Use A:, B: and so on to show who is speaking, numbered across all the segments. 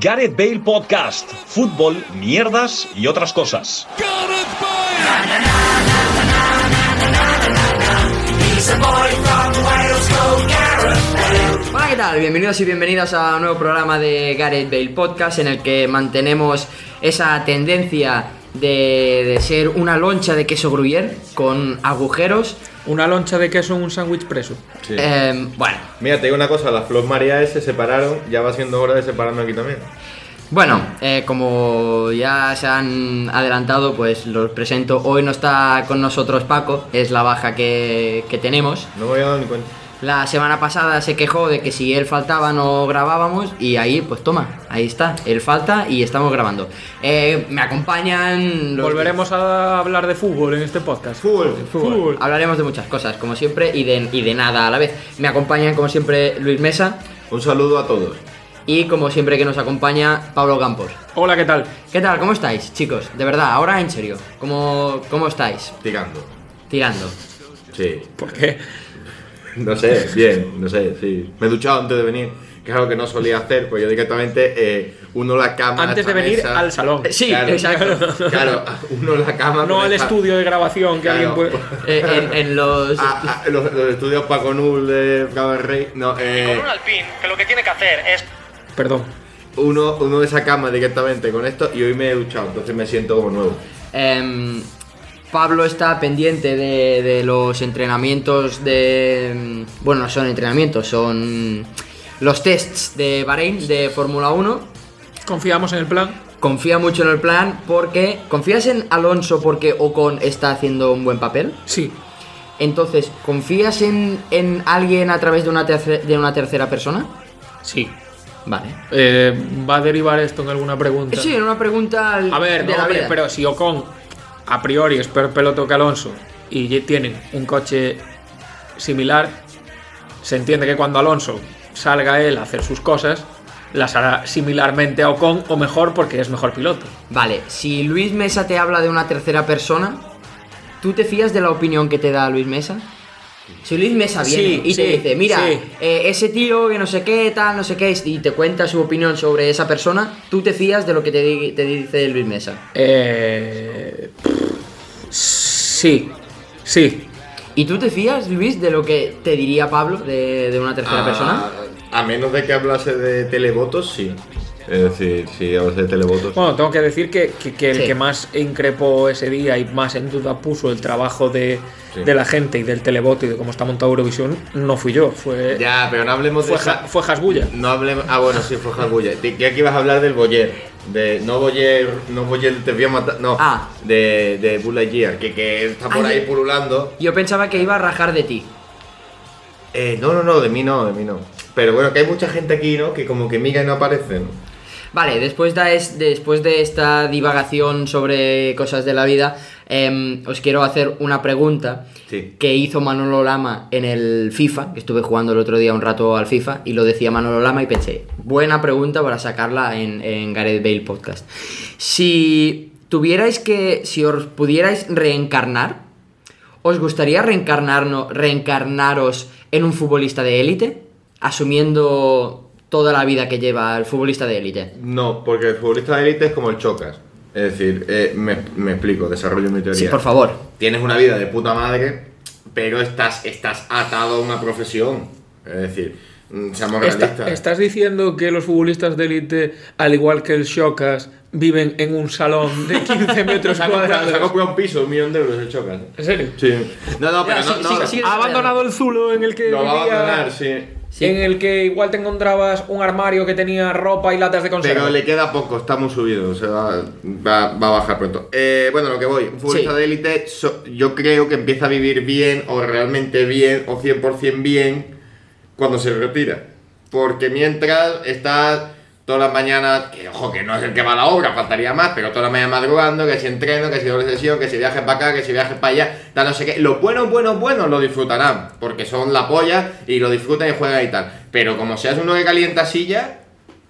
A: Gareth Bale Podcast, fútbol, mierdas y otras cosas.
B: Hola, ¿qué tal? Bienvenidos y bienvenidas a un nuevo programa de Gareth Bale Podcast en el que mantenemos esa tendencia de, de ser una loncha de queso gruyere con agujeros.
C: Una loncha de queso en un sándwich preso.
D: Sí.
B: Eh, bueno,
D: Mira, te digo una cosa, las Flos María se separaron, ya va siendo hora de separarnos aquí también.
B: bueno eh, como ya se han adelantado, pues los presento. Hoy no está con nosotros Paco, es la baja que, que tenemos.
D: No me había dado ni cuenta.
B: La semana pasada se quejó de que si él faltaba no grabábamos y ahí, pues toma, ahí está, él falta y estamos grabando. Eh, me acompañan... los-
C: Volveremos a hablar de fútbol en este podcast.
D: Fútbol,
C: Fútbol.
B: Hablaremos de muchas cosas, como siempre, y de, y de nada a la vez. Me acompañan, como siempre, Luis Mesa
D: Un saludo a todos.
B: y, como siempre, que nos acompaña Pablo Campos.
C: Hola, ¿qué tal?
B: ¿Qué tal? ¿Cómo estáis, chicos? De verdad, ahora en serio, ¿cómo, cómo estáis?
D: Tirando.
B: Tirando.
D: Sí.
C: ¿Por qué?
D: No sé, bien, no sé, sí. Me he duchado antes de venir, que es algo que no solía hacer, pues yo directamente eh, uno la cama.
C: Antes de
D: esta
C: venir
D: mesa-
C: al salón.
B: Eh, Sí,
D: Claro,
B: exacto.
D: Claro, uno la cama.
C: No
D: con
C: al
D: esta-
C: estudio de grabación que
D: Claro.
C: alguien puede.
B: Eh, en, en los...
D: Ah, ah, los, los estudios Paco Nul de Cabo del Rey. No, eh,
E: Con un alpín, que lo que tiene que hacer es
C: Perdón.
D: uno, uno de esa cama directamente con esto y hoy me he duchado, entonces me siento como nuevo.
B: Em, Pablo está pendiente de, de los entrenamientos de... em, Bueno, no son entrenamientos, son los tests de Bahrein de Fórmula 1.
C: Confiamos en el plan.
B: Confía mucho en el plan porque... ¿Confías en Alonso porque Ocon está haciendo un buen papel?
C: Sí.
B: Entonces, ¿confías en, en alguien a través de una, terce- de una tercera persona?
C: Sí.
B: Vale.
C: Eh, ¿Va a derivar esto en alguna pregunta?
B: Sí, en una pregunta al-
C: A ver,
B: de
C: no,
B: la
C: hombre,
B: vida.
C: pero si Ocon a priori es peor peloto que Alonso y ya tienen un coche similar, se entiende que cuando Alonso salga él a hacer sus cosas, las hará similarmente a Ocon o mejor porque es mejor piloto.
B: Vale, si Luis Mesa te habla de una tercera persona, ¿tú te fías de la opinión que te da Luis Mesa? Si Luis Mesa viene
C: Sí,
B: y te
C: sí,
B: dice, mira,
C: sí.
B: eh, ese tío que no sé qué, tal, no sé qué, y te cuenta su opinión sobre esa persona, ¿tú te fías de lo que te, di- te dice Luis Mesa?
C: Eh, pff, sí, sí.
B: ¿Y tú te fías, Luis, de lo que te diría Pablo de, de una tercera
D: Ah,
B: persona?
D: A menos de que hablase de televotos, sí. Es decir, si hablase de televotos.
C: Bueno, tengo que decir que, que- que el
B: Sí.
C: que más increpó ese día y más en duda puso el trabajo de,
D: Sí.
C: de la gente y del televoto y de cómo está montado Eurovisión no fui yo, fue,
D: ya, pero no hablemos
C: fue,
D: de.
C: Ja-
D: esa-
C: fue Hasbulla.
D: No hablemos. Ah, bueno, sí, fue Jabuya. Te- Ya que ibas a hablar del Boyer. De no Boyer, no Boyer te voy a matar. No,
B: Ah.
D: de, de Bull Lightyear, que, que está por
B: Ay.
D: ahí pululando.
B: Yo pensaba que iba a rajar de ti.
D: Eh, no, no, no, de mí no, de mí no. Pero bueno, que hay mucha gente aquí, ¿no? Que como que mira y no aparece, ¿no?
B: Vale, después de, es- después de esta divagación sobre cosas de la vida, em, os quiero hacer una pregunta
D: Sí.
B: que hizo Manolo Lama en el FIFA, que estuve jugando el otro día un rato al FIFA, y lo decía Manolo Lama y pensé, buena pregunta para sacarla en, en Gareth Bale Podcast. Si tuvierais que, si os pudierais reencarnar, ¿os gustaría reencarnarno- reencarnaros en un futbolista de élite? Asumiendo toda la vida que lleva el futbolista de élite.
D: No, porque el futbolista de élite es como el Chocas. Es decir, eh, me, me explico, desarrollo mi teoría.
B: Sí, por favor.
D: tienes una vida de puta madre, pero estás, estás atado a una profesión. Es decir, mm, seamos
C: Está-
D: realistas.
C: ¿Estás diciendo que los futbolistas de élite, al igual que el Shokas, viven en un salón de 15 metros
D: Se ha comprado- se ha
C: cuadrados?
D: comprado un piso, un millón de euros el Chocas.
C: ¿En serio?
D: Sí. No, no, pero
B: Ya,
D: no,
B: sí,
D: no.
B: sí, sí.
C: ¿Ha abandonado el zulo en el que
D: Lo va a
C: vivía?
D: abandonar, sí.
B: Sí.
C: En el que igual te encontrabas un armario que tenía ropa y latas de conserva.
D: Pero le queda poco, está muy subido, o sea, va, va- va a bajar pronto. Eh, bueno, lo que voy, un futbolista
B: Sí.
D: de élite, so- yo creo que empieza a vivir bien, o realmente bien, o 100% bien, cuando se retira. Porque mientras está todas las mañanas, que ojo, que no es el que va a la obra, faltaría más, pero todas las mañanas madrugando, que si entreno, que si doble sesión, que si viajes para acá, que si viajes para allá, tal, no sé qué. Los buenos, buenos, buenos lo disfrutarán, porque son la polla y lo disfrutan y juegan y tal. Pero como seas uno que calienta silla,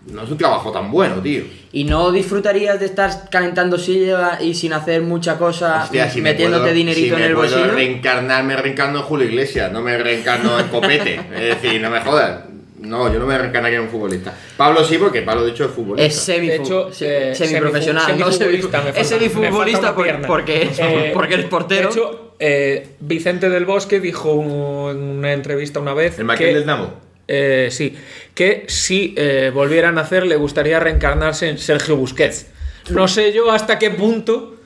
D: no es un trabajo tan bueno, tío.
B: ¿Y no disfrutarías de estar calentando silla y sin hacer mucha cosa,
D: Hostia, si me
B: Ah, metiéndote
D: puedo-
B: dinerito en
D: si me
B: el
D: puedo
B: bolsillo?
D: reencarnar, me reencarno en Julio Iglesias, no me reencarno en Copete. es decir, no me jodas. No, yo no me recanaría en un futbolista. Pablo sí, porque Pablo de hecho es futbolista.
B: Es semifu-
C: De hecho,
B: se-
C: eh,
B: semiprofesional,
C: semifu-
B: no
C: semifutbolista, me falta-
B: semifu-
C: me
B: Es
C: falta
B: semifutbolista
C: una
B: por-
C: pierna.
B: porque, es,
C: Eh,
B: porque eres portero.
C: De hecho, eh, Vicente del Bosque dijo un- en una entrevista una vez.
D: El
C: que-
D: Maquel del Damo.
C: eh, sí, que si eh, volvieran a hacer, le gustaría reencarnarse en Sergio Busquets. No sé yo hasta qué punto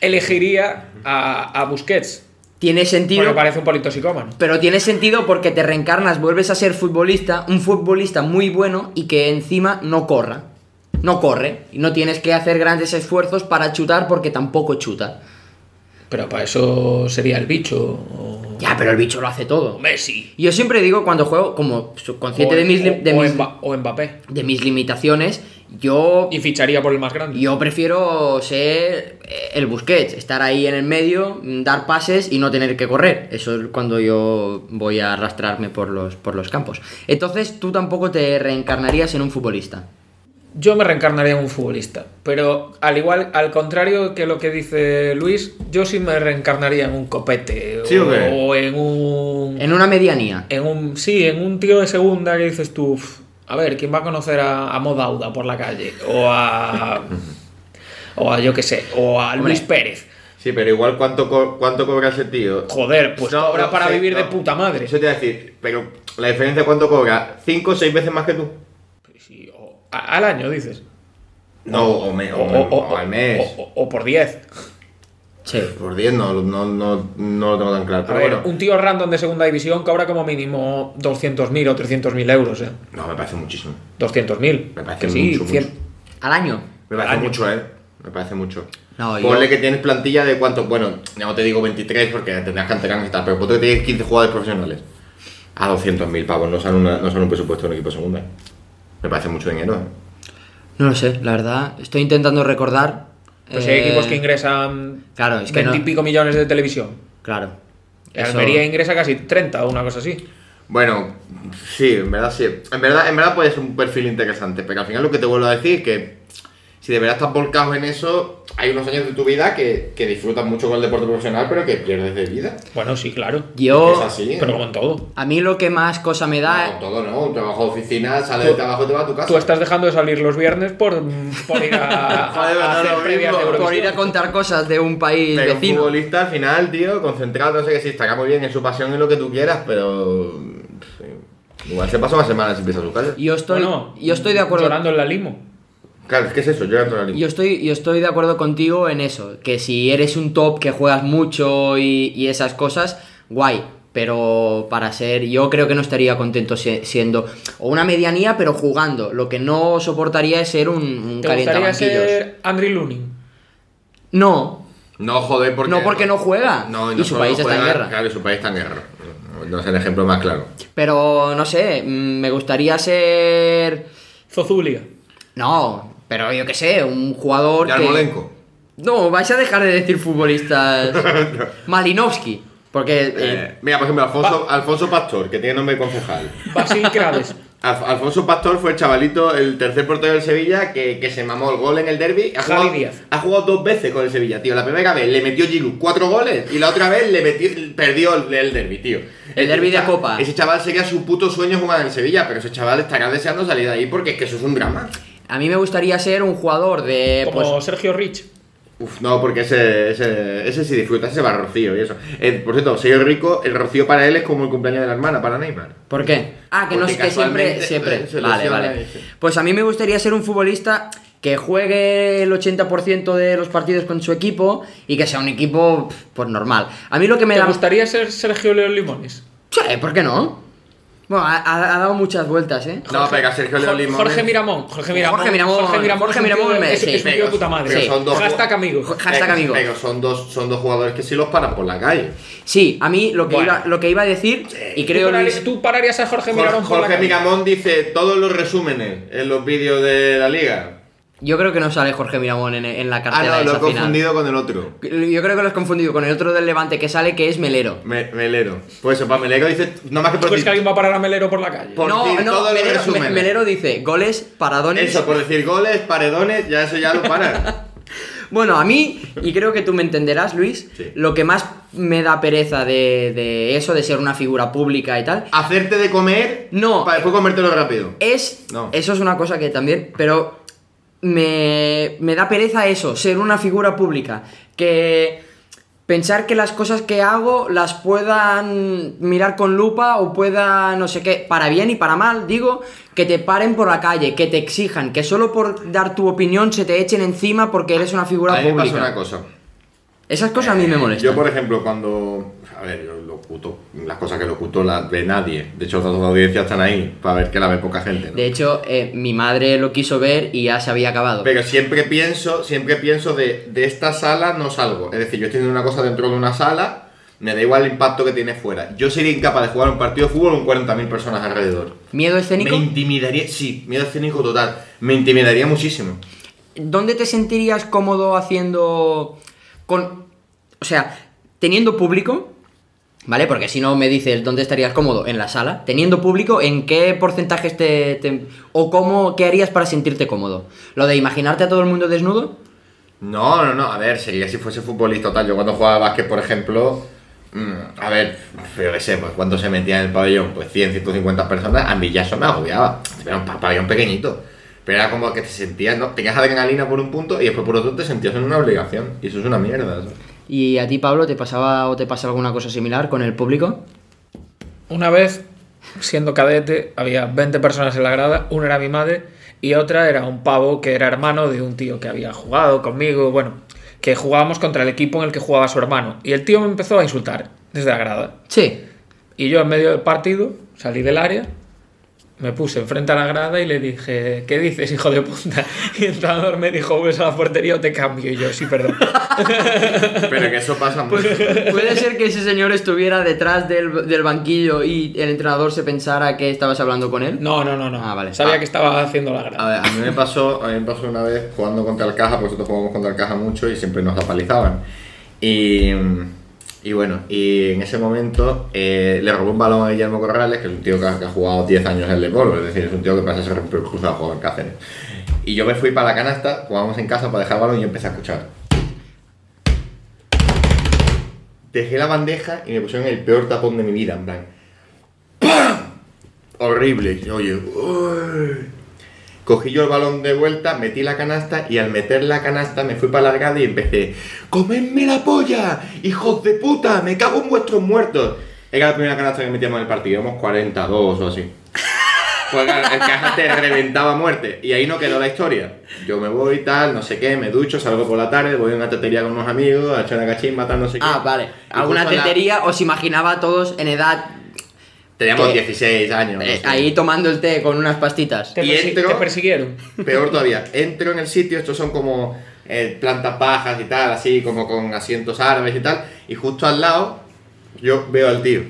C: elegiría a, a Busquets.
B: tiene
C: Porque
B: sentido.
C: parece un politoxicómano.
B: Pero tiene sentido porque te reencarnas, vuelves a ser futbolista, un futbolista muy bueno y que encima no corra. No corre. Y no tienes que hacer grandes esfuerzos para chutar porque tampoco chuta.
C: Pero para eso sería el bicho. O...
B: Ya, pero el bicho lo hace todo.
C: o Messi.
B: Yo siempre digo cuando juego, como subconsciente
C: O-
B: de mis, li- de,
C: o- o
B: mis,
C: Mba- o Mbappé.
B: de mis limitaciones, yo,
C: Y ficharía por el más grande.
B: yo prefiero ser eh, el Busquets, estar ahí en el medio, mm, dar pases y no tener que correr. Eso es cuando yo voy a arrastrarme por los, por los campos. Entonces tú tampoco te reencarnarías en un futbolista.
C: Yo me reencarnaría en un futbolista, pero al igual, al contrario que lo que dice Luis, yo sí me reencarnaría en un copete
D: ¿Sí
C: o,
D: o qué?
C: o en un, en...
B: En una medianía.
C: un sí, en un tío de segunda que dices tú, "Uf, a ver, ¿quién va a conocer a, a Modauda por la calle o a o a yo qué sé, o a Luis Pérez?
D: Sí, pero igual cuánto, co- cuánto cobra ese tío.
C: Joder, pues
D: No,
C: ahora
D: no,
C: para
D: sí,
C: vivir de
D: no.
C: puta madre.
D: Eso te iba a decir, pero la diferencia de cuánto cobra, cinco o seis veces más que tú.
C: Sí, o- a- al año dices.
D: No, o, me- o- o al mes.
C: o- o por 10.
B: Sí.
D: Por 10 no, no, no, no lo tengo tan claro.
C: A
D: Pero
C: ver,
D: bueno,
C: un tío random de segunda división cobra como mínimo 200.000 o 300.000 euros, ¿eh?
D: no, me parece muchísimo.
C: 200.000.
D: Me parece
C: que sí,
D: mucho,
C: 100.
D: mucho.
B: Al año.
D: Me parece
C: Año.
D: mucho, ¿eh? Me parece mucho.
B: No, yo-
D: Ponle que tienes plantilla de cuánto. Bueno, ya no te digo 23 porque tendrás canteranos y tal, pero ponte que tienes 15 jugadores profesionales. A 200.000 pavos, no son, una- no son un presupuesto de un equipo de segunda. Me parece mucho dinero, ¿eh?
B: No lo sé, la verdad. Estoy intentando recordar.
C: Pues hay
B: eh,
C: equipos que ingresan
B: claro, es que
C: 20 y
B: no-
C: pico millones de televisión.
B: Claro.
C: El
B: Eso-
C: Almería ingresa casi 30 o una cosa así.
D: Bueno, sí, en verdad sí. En verdad, en verdad puede ser un perfil interesante, pero al final lo que te vuelvo a decir es que si de verdad estás volcado en eso, hay unos años de tu vida que, que disfrutas mucho con el deporte profesional, pero que pierdes de vida.
C: Bueno, sí, claro.
B: Yo.
D: Es así.
C: Pero como en todo.
B: A mí lo que más cosa me da.
D: No, todo, ¿no? Un trabajo de oficina, sales
C: Tú-
D: del trabajo y te vas a tu casa.
C: Tú estás dejando de salir los viernes por, por ir a, a
D: Joder, no,
C: hacer
D: lo
C: previas
D: mismo,
C: de Eurovisión.
B: por ir a contar cosas de un país
D: pero un
B: vecino.
D: futbolista al final, tío, concentrado, no sé qué, sí, estará muy bien en su pasión y lo que tú quieras, pero. sí. Igual se pasa una semana si empieza a su casa.
B: Yo estoy,
C: Bueno,
B: yo estoy de acuerdo.
C: Llorando en la limo.
D: Claro, es que es eso, yo entro en la liga.
B: Yo estoy, yo estoy de acuerdo contigo en eso. Que si eres un top que juegas mucho y, y esas cosas, guay. Pero para ser, yo creo que no estaría contento se- siendo o una medianía, pero jugando. Lo que no soportaría es ser un, un
C: ¿Te gustaría
B: calientabanquillos.
C: ser Andrew Lunin?
B: No,
D: No, joder, porque.
B: no porque no juega.
D: No,
B: y
D: no
B: su
D: solo
B: país está en
D: juega,
B: guerra.
D: Claro, y su país está en guerra. No, no es el ejemplo más claro.
B: Pero no sé, mm, me gustaría ser.
C: Zozulia.
B: No, pero yo qué sé, un jugador. que-
D: Yarmolenko.
B: No, vais a dejar de decir futbolistas. Malinowski. Porque. eh,
D: Eh, mira, por ejemplo, Alfonso,
B: Ah.
D: Alfonso Pastor, que tiene nombre de concejal.
C: Basil Kraves.
D: Alf- Alfonso Pastor fue el chavalito, el tercer portero del Sevilla, que, que se mamó el gol en el derby. Ha
C: Javi
D: jugado,
C: Díaz.
D: ha jugado dos veces con el Sevilla, tío. La primera vez le metió Giroud cuatro goles y la otra vez le metió, perdió el, el derby, tío.
B: El derbi de
D: cha-
B: Copa.
D: Ese chaval sería su puto sueño jugar en el Sevilla, pero ese chaval estará deseando salir de ahí porque es que eso es un drama.
B: a mí me gustaría ser un jugador de. pues,
C: Como Sergio Rich.
D: Uf, no, porque ese, ese, ese sí disfruta, ese va a Rocío y eso. Eh, por cierto, soy rico, el Rocío para él es como el cumpleaños de la hermana, para Neymar.
B: ¿Por qué? Ah, que no
D: Porque
B: sé, que siempre.
D: casualmente,
B: Siempre.
D: eh, se
B: Vale,
D: lesiona
B: vale.
D: ese.
B: Pues a mí me gustaría ser un futbolista que juegue el 80% de los partidos con su equipo y que sea un equipo, pf, pues normal. A mí lo que me
C: ¿Te
B: da.
C: gustaría ser Sergio León Limones?
B: Sí, ¿por qué no? Bueno, ha- ha, ha dado muchas vueltas, ¿eh?
D: no, pega Sergio León
C: Jorge,
D: Limones.
C: Jorge Miramón. Jorge Miramón.
B: Jorge Miramón, Jorge
C: es un tío
B: Miramón
C: de-
B: me-
C: es,
B: sí.
C: es un tío de puta madre.
D: Pero son dos-
C: Hashtag amigo.
B: Jo- Hashtag
D: Pero-
B: amigo.
D: Pero son dos, son dos jugadores que sí los paran por la calle.
B: Sí, a mí lo que,
C: Bueno.
B: iba, lo que iba a decir, y
C: ¿Tú,
B: creo
C: parari-
B: Luis,
C: tú pararías a Jorge
D: Jorge,
C: Miramón por la
D: Jorge
C: calle?
D: Miramón dice todos los resúmenes en los vídeos de la liga.
B: yo creo que no sale Jorge Miramón en, en la
D: Ah,
B: cartera
D: no, lo
B: esa
D: he confundido con el otro.
B: final. Yo creo que lo has confundido con el otro del Levante que sale, que es Melero.
D: Me- Melero. Pues eso, para Melero dice, nada más que
C: ¿Tú crees
D: por
C: que
D: decir,
C: alguien va a parar a Melero por la calle?
D: Por
B: no,
D: decir
B: no,
D: todos los
B: Melero,
D: resúmenes.
B: Me- Melero dice goles, paradones.
D: eso, por decir goles, paredones, ya eso ya lo paran.
B: Bueno, a mí, y creo que tú me entenderás, Luis,
D: Sí.
B: lo que más me da pereza de, de eso, de ser una figura pública y tal,
D: Hacerte de comer
B: No.
D: para después comértelo rápido.
B: es.
D: No.
B: Eso es una cosa que también. Pero me, me da pereza eso, ser una figura pública. Que. Pensar que las cosas que hago las puedan mirar con lupa o pueda no sé qué, para bien y para mal, digo, que te paren por la calle, que te exijan, que solo por dar tu opinión se te echen encima porque eres una figura
D: A mí me
B: pública.
D: pasa una cosa. Eh,
B: Esas cosas a mí me molestan.
D: Yo, por ejemplo, cuando. A ver, yo locuto. Las cosas que locuto las ve nadie. De hecho, las datos de audiencia están ahí para ver que la ve poca gente. ¿no?
B: De hecho, eh, mi madre lo quiso ver y ya se había acabado.
D: Pero siempre pienso, siempre pienso de, de esta sala no salgo. Es decir, yo estoy haciendo una cosa dentro de una sala, me da igual el impacto que tiene fuera. Yo sería incapaz de jugar un partido de fútbol con 40.000 personas alrededor.
B: ¿Miedo escénico?
D: Me intimidaría, sí, miedo escénico total. Me intimidaría muchísimo.
B: ¿Dónde te sentirías cómodo haciendo con o sea, teniendo público? ¿Vale? Porque si no me dices dónde estarías cómodo en la sala, teniendo público, ¿en qué porcentajes te, te- o cómo qué harías para sentirte cómodo? Lo de imaginarte a todo el mundo desnudo?
D: No, no, no. A ver, sería si fuese futbolista o tal. Yo cuando jugaba básquet, por ejemplo, mm, a ver, yo qué sé, pues cuando se metía en el pabellón, pues 100, 150 personas, a mí ya eso me agobiaba. Era un pa- pabellón pequeñito. Pero era como que te sentías, ¿no? Tenías adrenalina por un punto y después por otro te sentías en una obligación. Y eso es una mierda. eso.
B: ¿Y a ti, Pablo, te pasaba o te pasa alguna cosa similar con el público?
C: Una vez, siendo cadete, había 20 personas en la grada, una era mi madre y otra era un pavo que era hermano de un tío que había jugado conmigo, bueno, que jugábamos contra el equipo en el que jugaba su hermano. Y el tío me empezó a insultar desde la grada.
B: Sí.
C: Y yo en medio del partido salí del área, me puse enfrente a la grada y le dije, ¿qué dices, hijo de puta? Y el entrenador me dijo, ves a la portería o te cambio. Y yo, sí, perdón.
D: Pero que eso pasa mucho.
B: Puede ser que ese señor estuviera detrás del, del banquillo y el entrenador se pensara que estabas hablando con él.
C: No, no, no, no.
B: Ah, vale.
C: Sabía
B: Ah.
C: que estaba haciendo la grada.
D: A ver, a mí me pasó, a mí me pasó una vez jugando contra el caja, porque nosotros jugábamos contra el caja mucho y siempre nos apalizaban. Y, y bueno, y en ese momento eh, le robó un balón a Guillermo Corrales, que es un tío que ha, que ha jugado 10 años en el deporte, es decir, es un tío que pasa a ser cruzado a jugar en Cáceres. Y yo me fui para la canasta, jugábamos en casa para dejar el balón y yo empecé a escuchar. Dejé la bandeja y me pusieron el peor tapón de mi vida, en plan. ¡pam! Horrible. Y Oye, uy. Cogí yo el balón de vuelta, metí la canasta y al meter la canasta me fui para largada y empecé ¡Comedme la polla! ¡Hijos de puta! ¡Me cago en vuestros muertos! Era la primera canasta que metíamos en el partido, íbamos 42 o así. Pues claro, el caja te reventaba a muerte y ahí no quedó la historia. Yo me voy, tal, no sé qué, me ducho, salgo por la tarde, voy a una tetería con unos amigos, a echar una cachimba, tal, no sé qué.
B: Ah, vale.
D: Y
B: ¿Alguna
D: justo a la-
B: tetería os imaginaba a todos en edad
D: Teníamos
B: que-
D: 16 años. no
B: eh,
D: sé.
B: ahí tomando el té con unas pastitas?
C: Te,
D: Y
C: persi-
D: entro-
C: te persiguieron.
D: Peor todavía, entro en el sitio, estos son como eh, plantas bajas y tal, así como con asientos árabes y tal, y justo al lado yo veo al tío.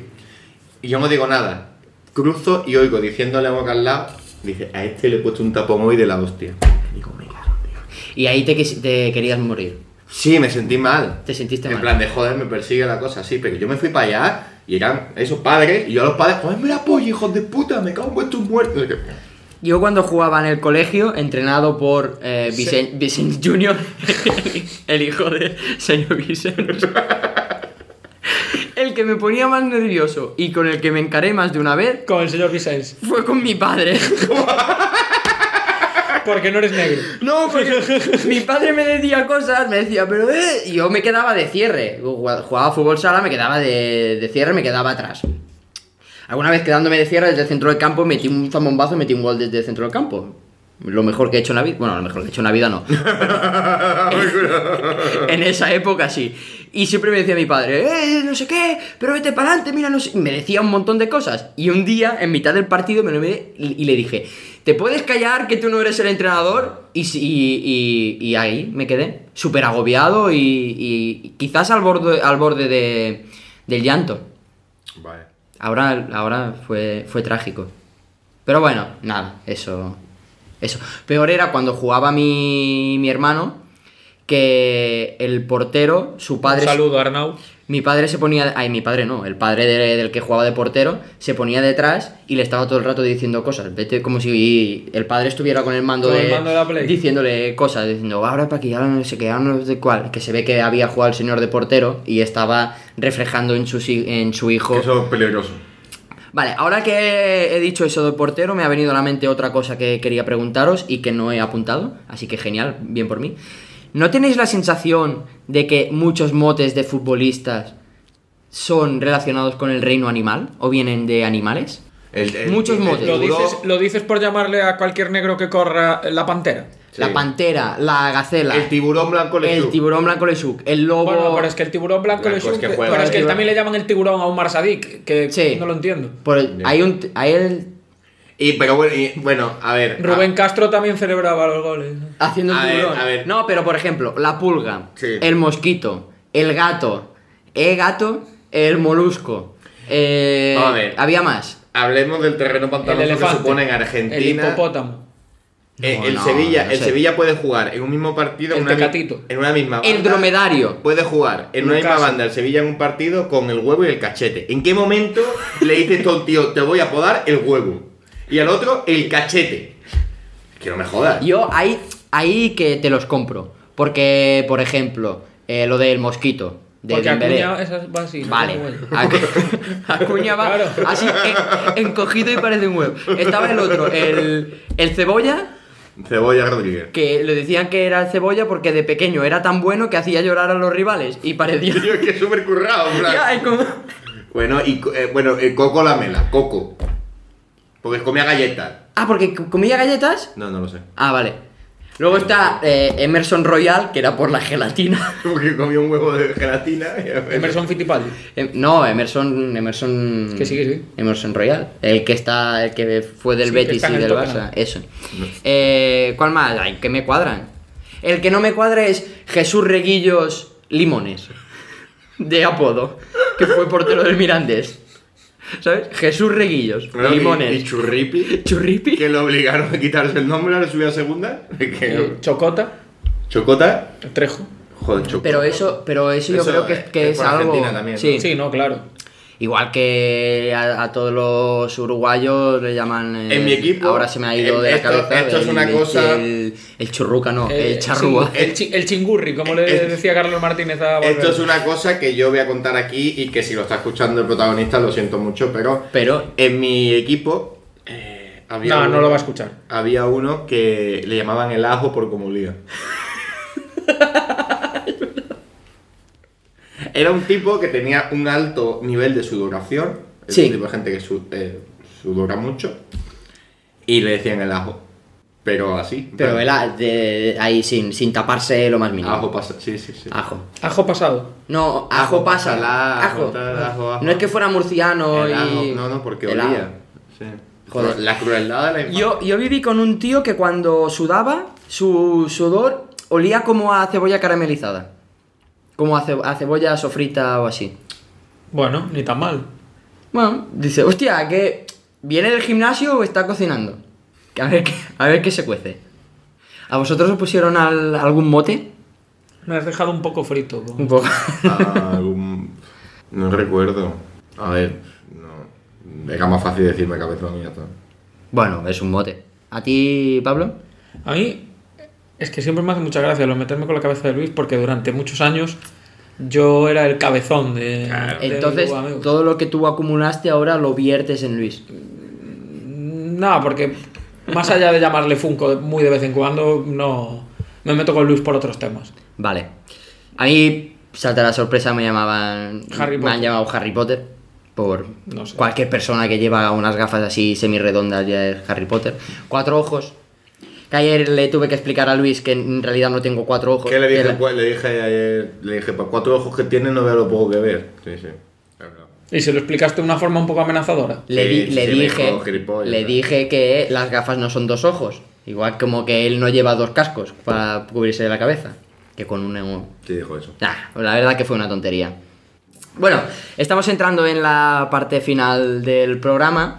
D: Y yo no digo nada, cruzo y oigo diciéndole a boca al lado, dice, a este le he puesto un tapón hoy de la hostia. Digo, me cago, tío.
B: Y ahí te, quis- te querías morir.
D: Sí, me sentí mal.
B: Te sentiste
D: en
B: mal.
D: plan de joder, me persigue la cosa, sí, pero yo me fui para allá y eran esos padres, y yo a los padres, joder, me la polla, hijos de puta, me cago en vuestros muertos.
B: Yo cuando jugaba en el colegio, entrenado por eh, Vicen- Vicent Junior, el hijo de señor Vicente, el que me ponía más nervioso y con el que me encaré más de una vez
C: Con el señor Vicens.
B: fue con mi padre.
C: Porque no eres negro.
B: No, porque mi padre me decía cosas, me decía, pero eh, y yo me quedaba de cierre. Jugaba jugaba fútbol sala, me quedaba de, de cierre, me quedaba atrás. Alguna vez quedándome de cierre desde el centro del campo, metí un zambombazo, metí un gol desde el centro del campo. Lo mejor que he hecho en la vida. Bueno, lo mejor que he hecho en la vida no. en esa época sí. Y siempre me decía mi padre, eh, no sé qué, pero vete para adelante, mira, no sé. Me decía un montón de cosas. Y un día, en mitad del partido, me lo miré y, y le dije, ¿te puedes callar que tú no eres el entrenador? Y, si- y, y- y ahí me quedé, súper agobiado y, y- y quizás al borde, al borde de- del llanto.
D: Vale.
B: Ahora, ahora fue, fue trágico. Pero bueno, nada, eso. Eso. Peor era cuando jugaba mi, mi hermano, que el portero, su padre...
C: Un saludo, Arnau.
B: Mi padre se ponía. Ay, mi padre no, el padre de- del que jugaba de portero se ponía detrás y le estaba todo el rato diciendo cosas. Vete como si el padre estuviera con el mando,
C: Con
B: de,
C: el mando de la Play.
B: Diciéndole cosas, diciendo ahora para aquí, ahora no sé qué, ahora no sé cuál. Que se ve que había jugado el señor de portero y estaba reflejando en su, si- en su hijo.
D: Eso es peligroso.
B: Vale, ahora que he dicho eso de portero, me ha venido a la mente otra cosa que quería preguntaros y que no he apuntado, así que genial, bien por mí. ¿No tenéis la sensación de que muchos motes de futbolistas son relacionados con el reino animal o vienen de animales?
D: El- el-
B: Muchos
D: el
B: motes.
C: ¿Lo
D: escudo-
C: dices, ¿Lo dices por llamarle a cualquier negro que corra la pantera?
D: Sí.
B: La pantera, la gacela,
D: El tiburón blanco le
B: el tiburón blanco lechuk, el lobo...
C: Bueno, pero es que el tiburón blanco,
D: Blanco
C: le
D: es
C: sube-
D: que juega.
C: Pero es que
B: Tiburón.
C: también le llaman el tiburón a un Marsadik, que
B: Sí.
C: no lo entiendo.
B: por el- hay un... Hay el...
D: Y, pero bueno, y- bueno, a ver.
C: Rubén Castro también celebraba los goles.
B: Haciendo el
D: A ver,
B: tiburón.
D: a ver.
B: No, pero por ejemplo, la pulga,
D: Sí.
B: el mosquito, el gato, el gato, el molusco. eh,
D: A ver.
B: Había más.
D: ha- hablemos del terreno
C: El
D: pantanoso que
C: elefante.
D: supone en
C: El
D: Argentina.
C: hipopótamo.
D: Eh,
B: No,
D: el
B: no,
D: Sevilla,
B: no
D: el
B: sé.
D: Sevilla puede jugar en un mismo partido.
C: El
D: en una mi-
C: Tecatito.
D: En una misma.
B: El
D: banda.
B: dromedario.
D: Puede jugar en una misma
C: Lukaku.
D: banda el Sevilla en un partido con el huevo y el cachete. ¿En qué momento le dices tú a un tío, te voy a podar el huevo? Y al otro, el cachete. Que no me jodas.
B: Yo ahí, ahí que te los compro. Porque, por ejemplo, eh, lo del mosquito. De
C: Porque
B: Dembélé.
C: Acuña esas va así. no
B: Vale.
C: como él.
B: Acu- Acuña va
C: Claro.
B: así en- encogido y parece un huevo. Estaba el otro, el, el cebolla,
D: Cebolla Rodríguez.
B: que le decían que era el cebolla porque de pequeño era tan bueno que hacía llorar a los rivales y parecía...
D: Tío, es que es súper currado, en plan.
B: Ya, es como-
D: Bueno, y co- eh, bueno, el Coco la mela, Coco. Porque comía galletas.
B: Ah, porque co- comía galletas.
D: No, no lo sé.
B: Ah, vale. Luego está eh, Emerson Royal, que era por la gelatina.
D: Porque comía un huevo de gelatina. y-
C: Emerson Fittipaldi.
B: Em- no, Emerson. Emerson.
C: Que sí, que sí.
B: Emerson Royal. El que está. El que fue del
C: Sí, que
B: Betis
C: está en
B: y
C: el
B: del Barça.
C: Tottenham.
B: Eso. Eh, ¿Cuál más? Ay, que me cuadran. El que no me cuadra es Jesús Reguillos Limones. De apodo. Que fue portero del Mirandés. ¿Sabes? Jesús Reguillos.
D: Bueno, y-
B: Limones.
D: Y churripi.
B: Churripi.
D: Que lo obligaron a quitarse el nombre, lo subió a segunda. Que-
C: Eh, Chocota.
D: Chocota.
C: Trejo.
D: Joder, Chocota.
B: Pero eso, pero eso yo
D: Eso
B: creo que,
D: es-
B: que
D: es
B: es,
D: por
B: algo.
D: Argentina también, ¿no?
B: sí.
C: Sí, no, claro.
B: Igual que a, a todos los uruguayos le llaman. eh,
D: En mi equipo,
B: Ahora se me ha ido
D: en-
B: de la
D: esto-
B: cabeza.
D: esto es
B: el-
D: una
B: el-
D: cosa-
B: El, el churruca, no,
C: Eh,
B: el charrúa.
C: sí, el, chi- el chingurri, como le
D: Eh, eh,
C: decía Carlos Martínez a Valverde.
D: Esto es una cosa que yo voy a contar aquí y que si lo está escuchando el protagonista lo siento mucho, pero
B: Pero.
D: en mi equipo eh, había
C: No, no
D: uno-
C: lo va a escuchar.
D: Había uno que le llamaban el ajo por como olía. Era un tipo que tenía un alto nivel de sudoración. Es
B: Sí.
D: un tipo de gente que su- eh, sudora mucho. Y le decían el ajo. Pero así. en
B: Pero
D: plan,
B: él ha- de- ahí sin, sin taparse lo más mínimo.
D: Ajo pasa. Sí, sí, sí.
B: Ajo.
C: Ajo pasado.
B: No, ajo,
D: Ajo,
B: pasa.
D: pasala,
B: ajo.
D: tal, ajo, ajo.
B: No es que fuera murciano
D: El
B: y.
D: ajo, No, no, porque
B: el ajo.
D: olía. Sí.
B: Joder.
D: La crueldad de la infancia.
B: Yo, yo viví con un tío que cuando sudaba, su sudor olía como a cebolla caramelizada. Como a, ce- a cebolla sofrita o así.
C: Bueno, ni tan mal.
B: Bueno, dice, hostia, que viene del gimnasio o está cocinando. A ver, qué- a ver qué se cuece. ¿A vosotros os pusieron al- algún mote?
C: Me has dejado un poco frito. ¿no?
B: Un poco.
D: Ah, algún- No recuerdo. A ver, no. Era más fácil decirme cabezón y ya está.
B: Bueno, es un mote. ¿A ti, Pablo?
C: A mí es que siempre me hace mucha gracia lo meterme con la cabeza de Luis porque durante muchos años yo era el cabezón de... del
B: Entonces,
C: grupo de amigos.
B: todo lo que tú acumulaste ahora lo viertes en Luis.
C: No, porque más allá de llamarle Funko muy de vez en cuando, no... Me meto con Luis por otros temas.
B: Vale. A mí, salta la sorpresa, me llamaban.
C: Harry
B: me
C: Potter.
B: han llamado Harry Potter. Por
C: No sé.
B: cualquier persona que lleva unas gafas así semirredondas ya es Harry Potter. Cuatro ojos. Que ayer le tuve que explicar a Luis que en realidad no tengo cuatro ojos.
D: ¿Qué le
B: Que
D: dije?
B: la-
D: pues? le dije ayer, le dije, para cuatro ojos que tiene no veo lo poco que ver. Sí, sí. claro.
C: Y se lo explicaste de una forma un poco amenazadora.
B: Le,
D: Sí,
B: di-
D: sí,
B: le
D: sí, me
B: dije,
D: dijo gilipollas,
B: le
D: ¿no?
B: dije que las gafas no son dos ojos. Igual como que él no lleva dos cascos para cubrirse la cabeza. Que con uno
D: Sí, dijo eso.
B: Nah, la verdad que fue una tontería. Bueno, estamos entrando en la parte final del programa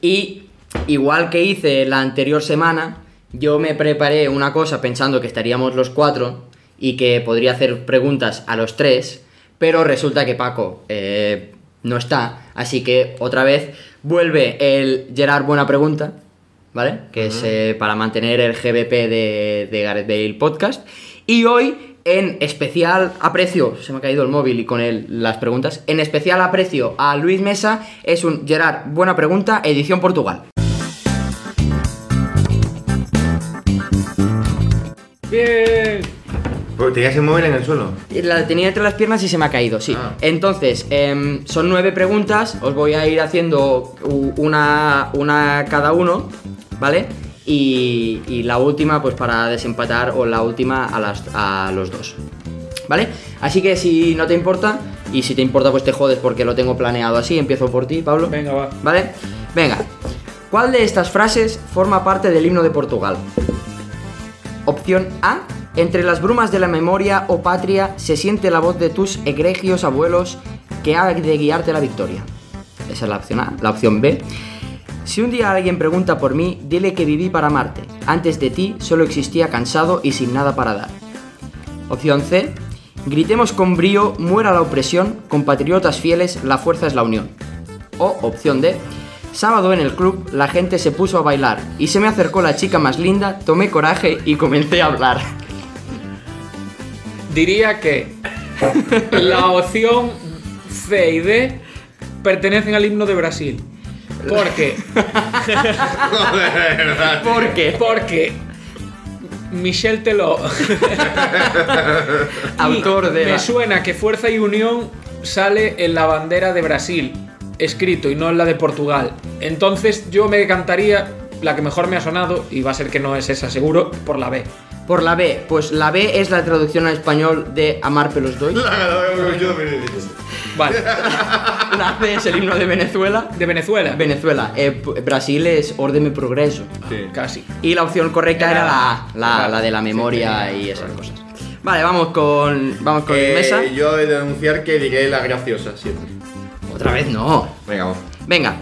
B: y igual que hice la anterior semana, yo me preparé una cosa pensando que estaríamos los cuatro y que podría hacer preguntas a los tres, pero resulta que Paco eh, no está, así que otra vez vuelve el Gerard Buena Pregunta, ¿vale? Que es eh, para mantener el GBP de, de Gareth Bale Podcast. Y hoy, en especial aprecio, se me ha caído el móvil y con él las preguntas, en especial aprecio a Luis Mesa, es un Gerard Buena Pregunta, edición Portugal.
C: Bien.
D: Porque tenías el móvil en el suelo.
B: La tenía entre las piernas y se me ha caído, sí.
D: Ah.
B: Entonces, em, son nueve preguntas. Os voy a ir haciendo u- una, una cada uno, ¿vale? Y, y la última, pues para desempatar, o la última a, las, a los dos. ¿Vale? Así que si no te importa, y si te importa, pues te jodes porque lo tengo planeado así. Empiezo por ti, Pablo.
C: Venga, va.
B: ¿Vale? Venga. ¿Cuál de estas frases forma parte del himno de Portugal? Opción A. Entre las brumas de la memoria o patria se siente la voz de tus egregios abuelos que ha de guiarte la victoria. Esa es la opción A. La opción B. Si un día alguien pregunta por mí, dile que viví para amarte. Antes de ti solo existía cansado y sin nada para dar. Opción C. Gritemos con brío, muera la opresión, compatriotas fieles, la fuerza es la unión. O opción D. Sábado en el club la gente se puso a bailar y se me acercó la chica más linda, tomé coraje y comencé a hablar.
C: Diría que la opción C y D pertenecen al himno de Brasil. Porque,
B: ¿Por qué?
C: porque Michel Teló
B: Autor de
C: me
B: la...
C: suena que Fuerza y Unión sale en la bandera de Brasil, escrito y no en la de Portugal. Entonces yo me decantaría la que mejor me ha sonado y va a ser que no es esa seguro por la B.
B: Por la B. Pues la B es la traducción al español de Amar pelos doy.
D: La ganadora de Eurovisión 2016.
C: Vale,
B: La C es el himno de Venezuela.
C: de Venezuela.
B: Venezuela. Eh, P- Brasil es Orden y Progreso.
D: Sí.
C: Casi.
B: Y la opción correcta era la A, la,
C: Claro.
B: la de la memoria y esas cosas. Vale, vamos con, vamos con
D: Eh,
B: Mesa.
D: Yo he de anunciar que diré la graciosa siempre.
B: Otra vez no.
D: Venga, vamos.
B: Venga,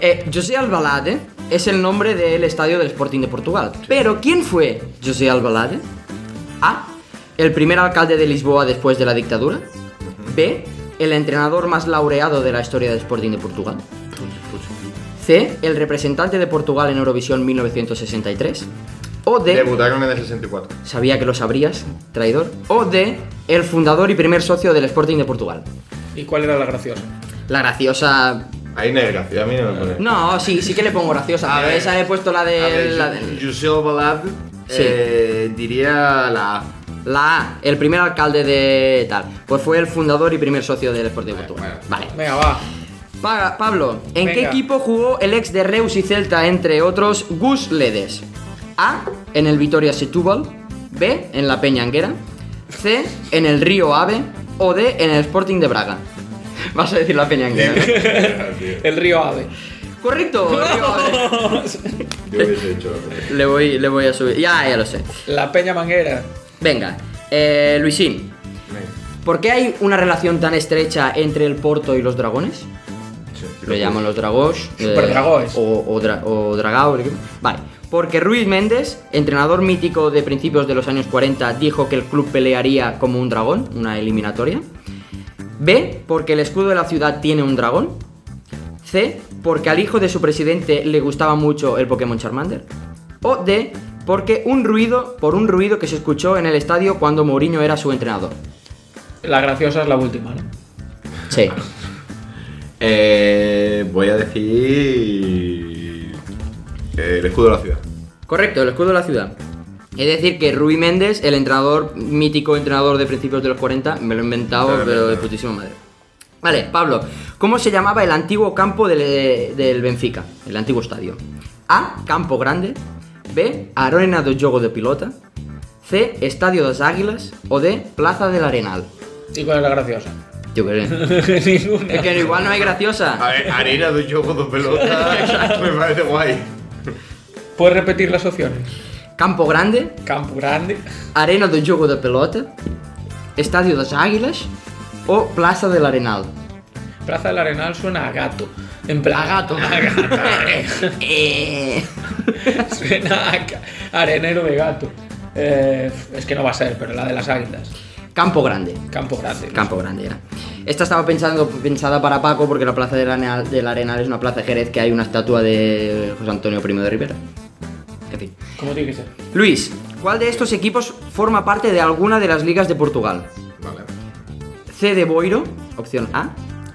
B: eh, José Albalade es el nombre del estadio del Sporting de Portugal. Pero ¿quién fue José Albalade? A. El primer alcalde de Lisboa después de la dictadura. B. El entrenador más laureado de la historia del Sporting de Portugal. C. El representante de Portugal en Eurovisión 1963. O D.
D: Debutaron en el 64.
B: Sabía que lo sabrías, traidor. O D. El fundador y primer socio del Sporting de Portugal.
C: ¿Y cuál era la graciosa?
B: La graciosa
D: Ahí no es gracia, a mí no me pone.
B: No, sí, sí que le pongo graciosa,
D: A
B: pero
D: ver.
B: esa le he puesto la de.
D: A ver,
B: la,
D: Ju-
B: de-
D: Jusel Balad
B: Sí.
D: eh, diría la A.
B: la A, el primer alcalde de tal. Pues fue el fundador y primer socio del Sporting Portugal. Vale.
C: Venga, va.
B: Pa- Pablo, ¿en qué
C: Venga.
B: equipo jugó el ex de Reus y Celta, entre otros, Gus Ledes? A, en el Vitoria Setúbal. B, en la Peñanguera. C, en el Río Ave. O D, en el Sporting de Braga. Vas a decir la Peñanguera. ¿no?
C: El río Ave.
B: Correcto. Río Ave.
D: Yo hubiese hecho.
B: Le voy, le voy a subir. Ya, ya lo sé.
C: La Peña Manguera.
B: Venga, eh, Luisín, ¿por qué hay una relación tan estrecha entre el Porto y los dragones? Lo llaman los dragos.
C: Superdragoes.
B: o, o, dra- o dragaos, ¿qué? Vale. Porque Ruiz Méndez, entrenador mítico de principios de los años 40, dijo que el club pelearía como un dragón, una eliminatoria. B, porque el escudo de la ciudad tiene un dragón. C, porque al hijo de su presidente le gustaba mucho el Pokémon Charmander. O D, porque un ruido, por un ruido que se escuchó en el estadio cuando Mourinho era su entrenador.
C: La graciosa es la última, ¿no?
B: Sí.
D: Eh, voy a decir. eh, el escudo de la ciudad.
B: Correcto, el escudo de la ciudad. Es decir, que Rui Méndez, el entrenador, mítico entrenador de principios de los 40, me lo he inventado,
D: Claro,
B: pero de
D: claro.
B: putísima madre. Vale, Pablo, ¿cómo se llamaba el antiguo campo del, del Benfica? El antiguo estadio. A. Campo Grande. B. Arena do Jogo de Pilota. C. Estadio das Águilas. O D. Plaza del Arenal.
C: ¿Y cuál es la graciosa?
B: Yo qué sé.
C: Ninguna.
B: Es que igual no hay graciosa.
D: A ver, arena de un juego de pelota. me parece guay.
C: ¿Puedes repetir las opciones?
B: Campo Grande.
C: Campo Grande.
B: Arena do Jogo da Pelota, Estadio das Águilas o Plaza del Arenal.
C: Plaza del Arenal suena a gato. En plan, a gato. A gato.
B: Eh,
C: suena a ca- arenero de gato. Eh, es que no va a ser, pero la de las águilas.
B: Campo Grande.
C: Campo grande. no
B: Campo Grande era. Esta estaba pensando, pensada para Paco porque la plaza del Arenal, del Arenal es una plaza de Jerez que hay una estatua de José Antonio Primo de Rivera. En fin.
C: sé. ¿Cómo tiene que ser?
B: Luis, ¿cuál de estos equipos forma parte de alguna de las ligas de Portugal?
D: Vale.
B: C de Boiro, opción A.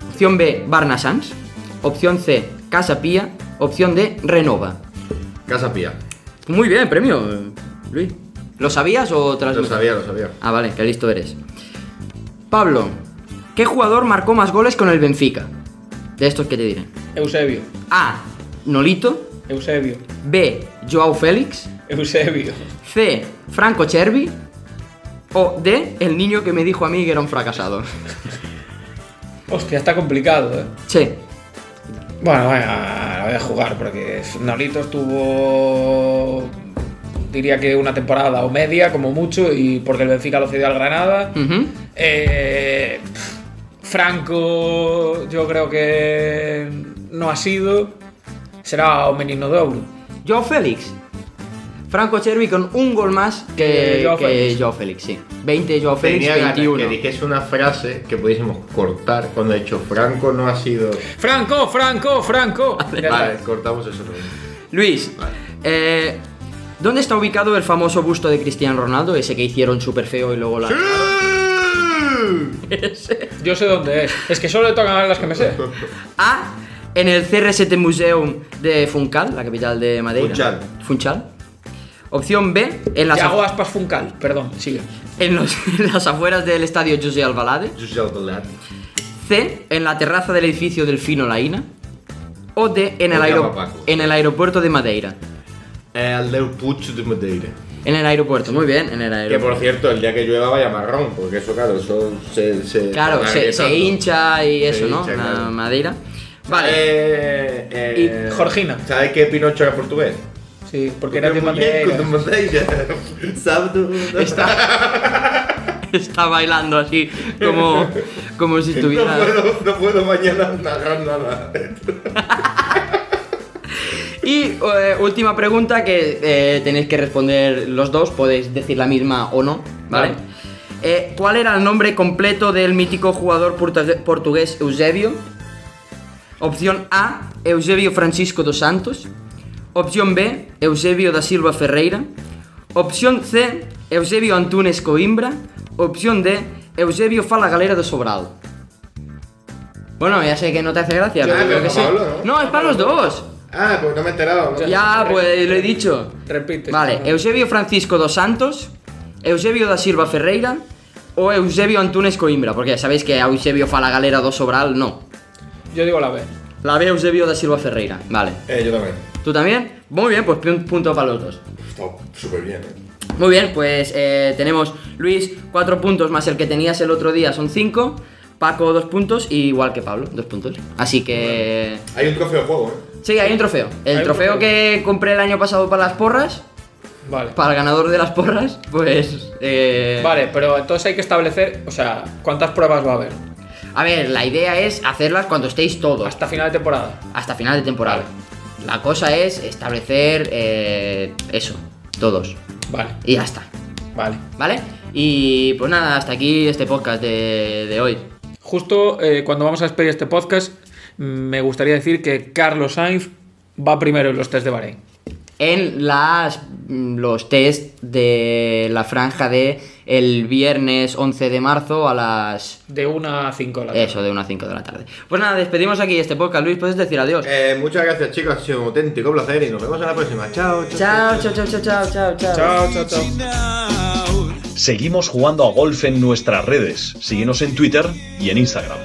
B: Opción B, Barna Sans. Opción C, Casa Pía. Opción D, Renova.
D: Casa Pía.
B: Muy bien, premio, eh, Luis. ¿Lo sabías o te lo has
D: Lo
B: inventado?
D: sabía, lo sabía.
B: Ah, vale, qué listo eres. Pablo, ¿qué jugador marcó más goles con el Benfica? De estos que te diré.
C: Eusebio.
B: A. Nolito.
C: Eusebio.
B: B. Joao Félix.
C: Eusebio.
B: C. Franco Cervi. O D. El niño que me dijo a mí que era un fracasado.
C: Hostia, está complicado, eh.
B: Che.
C: Bueno, venga, la voy a jugar porque Nolito estuvo. diría que una temporada o media, como mucho, y porque el Benfica lo cedió al Granada.
B: Ujú.
C: Eh, pf, Franco, yo creo que no ha sido. Será un menino de oro.
B: Joao Félix. Franco Cervi con un gol más
C: Eh,
B: que,
C: Joao
B: que
C: Félix.
B: Joao Félix, sí. 20 Joao Félix,
D: Tenía ganas
B: 21.
D: que dijese una frase que pudiésemos cortar cuando he dicho Franco no ha sido.
C: ¡Franco, Franco, Franco! Ya está.
D: Vale, cortamos eso. también.
B: Luis,
D: Vale.
B: eh, ¿dónde está ubicado el famoso busto de Cristiano Ronaldo? Ese que hicieron súper feo y luego la...
C: Yo sé dónde es. Es que solo le tocan las que me sé.
B: A. En el CR7 Museum de Funchal, la capital de Madeira.
D: Funchal.
B: Funchal. Opción B. En las,
C: Yago
B: afu-
C: Aspas Funcal, perdón, sigue.
B: en los- en las afueras del estadio José Albalade.
D: Josep Blat.
B: C. En la terraza del edificio Delfino Laína. O D. En el,
D: Oye,
B: aero-
D: papá. pues.
B: en el aeropuerto de Madeira.
D: Eh, El del Pucho de Madeira.
B: En el aeropuerto, muy bien, en el
D: Que
B: aeropuerto.
D: por cierto, el día que llueva vaya marrón, porque eso, claro, eso se. se
B: Claro, se, se
D: agrietando.
B: hincha y
D: Se
B: eso, ¿no?
D: hincha,
B: La
D: claro.
B: Madeira. Vale.
D: Eh, eh,
C: Y Jorgina.
D: ¿Sabes qué Pinocho era portugués?
C: Sí, porque era de
D: Porque
C: Madeira.
D: muñeco de Madeira. Sábado.
B: Está, está bailando así como, como si
D: No
B: estuviera...
D: puedo, no puedo mañana narrar nada.
B: Y eh, última pregunta que eh, tenéis que responder los dos, podéis decir la misma o no, ¿vale?
C: Vale.
B: Eh, ¿Cuál era el nombre completo del mítico jugador portugue- portugués Eusebio? Opción A, Eusebio Francisco dos Santos. Opción B, Eusebio da Silva Ferreira. Opción C, Eusebio Antunes Coimbra. Opción D, Eusebio Fala Galera de Sobral. Bueno, ya sé que no te hace gracia,
D: Ya,
B: pero creo
D: pero
B: que sí.
D: para Pablo,
B: No, es para los dos.
D: Ah, pues no me he enterado. ¿no?
B: Ya, pues lo he dicho.
C: Repite.
B: Vale, Eusebio Francisco dos Santos, Eusebio da Silva Ferreira o Eusebio Antunes Coimbra, porque ya sabéis que a Eusebio Falagalera dos Sobral no.
C: Yo digo la B.
B: La B Eusebio da Silva Ferreira, vale.
D: Eh, yo también.
B: ¿Tú también? Muy bien, pues un punto para los dos.
D: Está súper bien. eh.
B: Muy bien, pues eh, tenemos Luis cuatro puntos más el que tenías el otro día son cinco, Paco dos puntos y igual que Pablo dos puntos. Así que...
D: Hay un trofeo de juego, ¿eh?
B: Sí, hay un trofeo.
C: Hay
B: El
C: un
B: trofeo
C: trofeo.
B: que compré el año pasado para las porras
C: Vale.
B: para el ganador de las porras, pues. eh,
C: Vale, pero entonces hay que establecer, o sea, ¿cuántas pruebas va a haber?
B: A ver, la idea es hacerlas cuando estéis todos,
C: Hasta
B: hasta,
C: final de temporada.
B: final de temporada. La cosa es establecer eh, eso, todos.
C: Vale,
B: Y ya está,
C: vale.
B: ¿vale? Y pues nada, hasta aquí este podcast de, de hoy.
C: Justo eh, cuando vamos a despedir este podcast, mm, me gustaría decir que Carlos Sainz va primero en los test de Bahrein.
B: En las, mm, los test de la franja de el viernes 11 de marzo a las...
C: De 1 a 5 de la tarde.
B: Eso, de 1 a 5 de la tarde. Pues nada, despedimos aquí este podcast. Luis, puedes decir adiós.
D: Eh, Muchas gracias, chicos. Ha sido un auténtico placer y nos vemos en la próxima. Chao, chao.
B: Chao, chao, chao, chao, chao, chao, chao.
C: Chao, chao, chao.
A: Seguimos jugando a golf en nuestras redes. Síguenos en Twitter y en Instagram.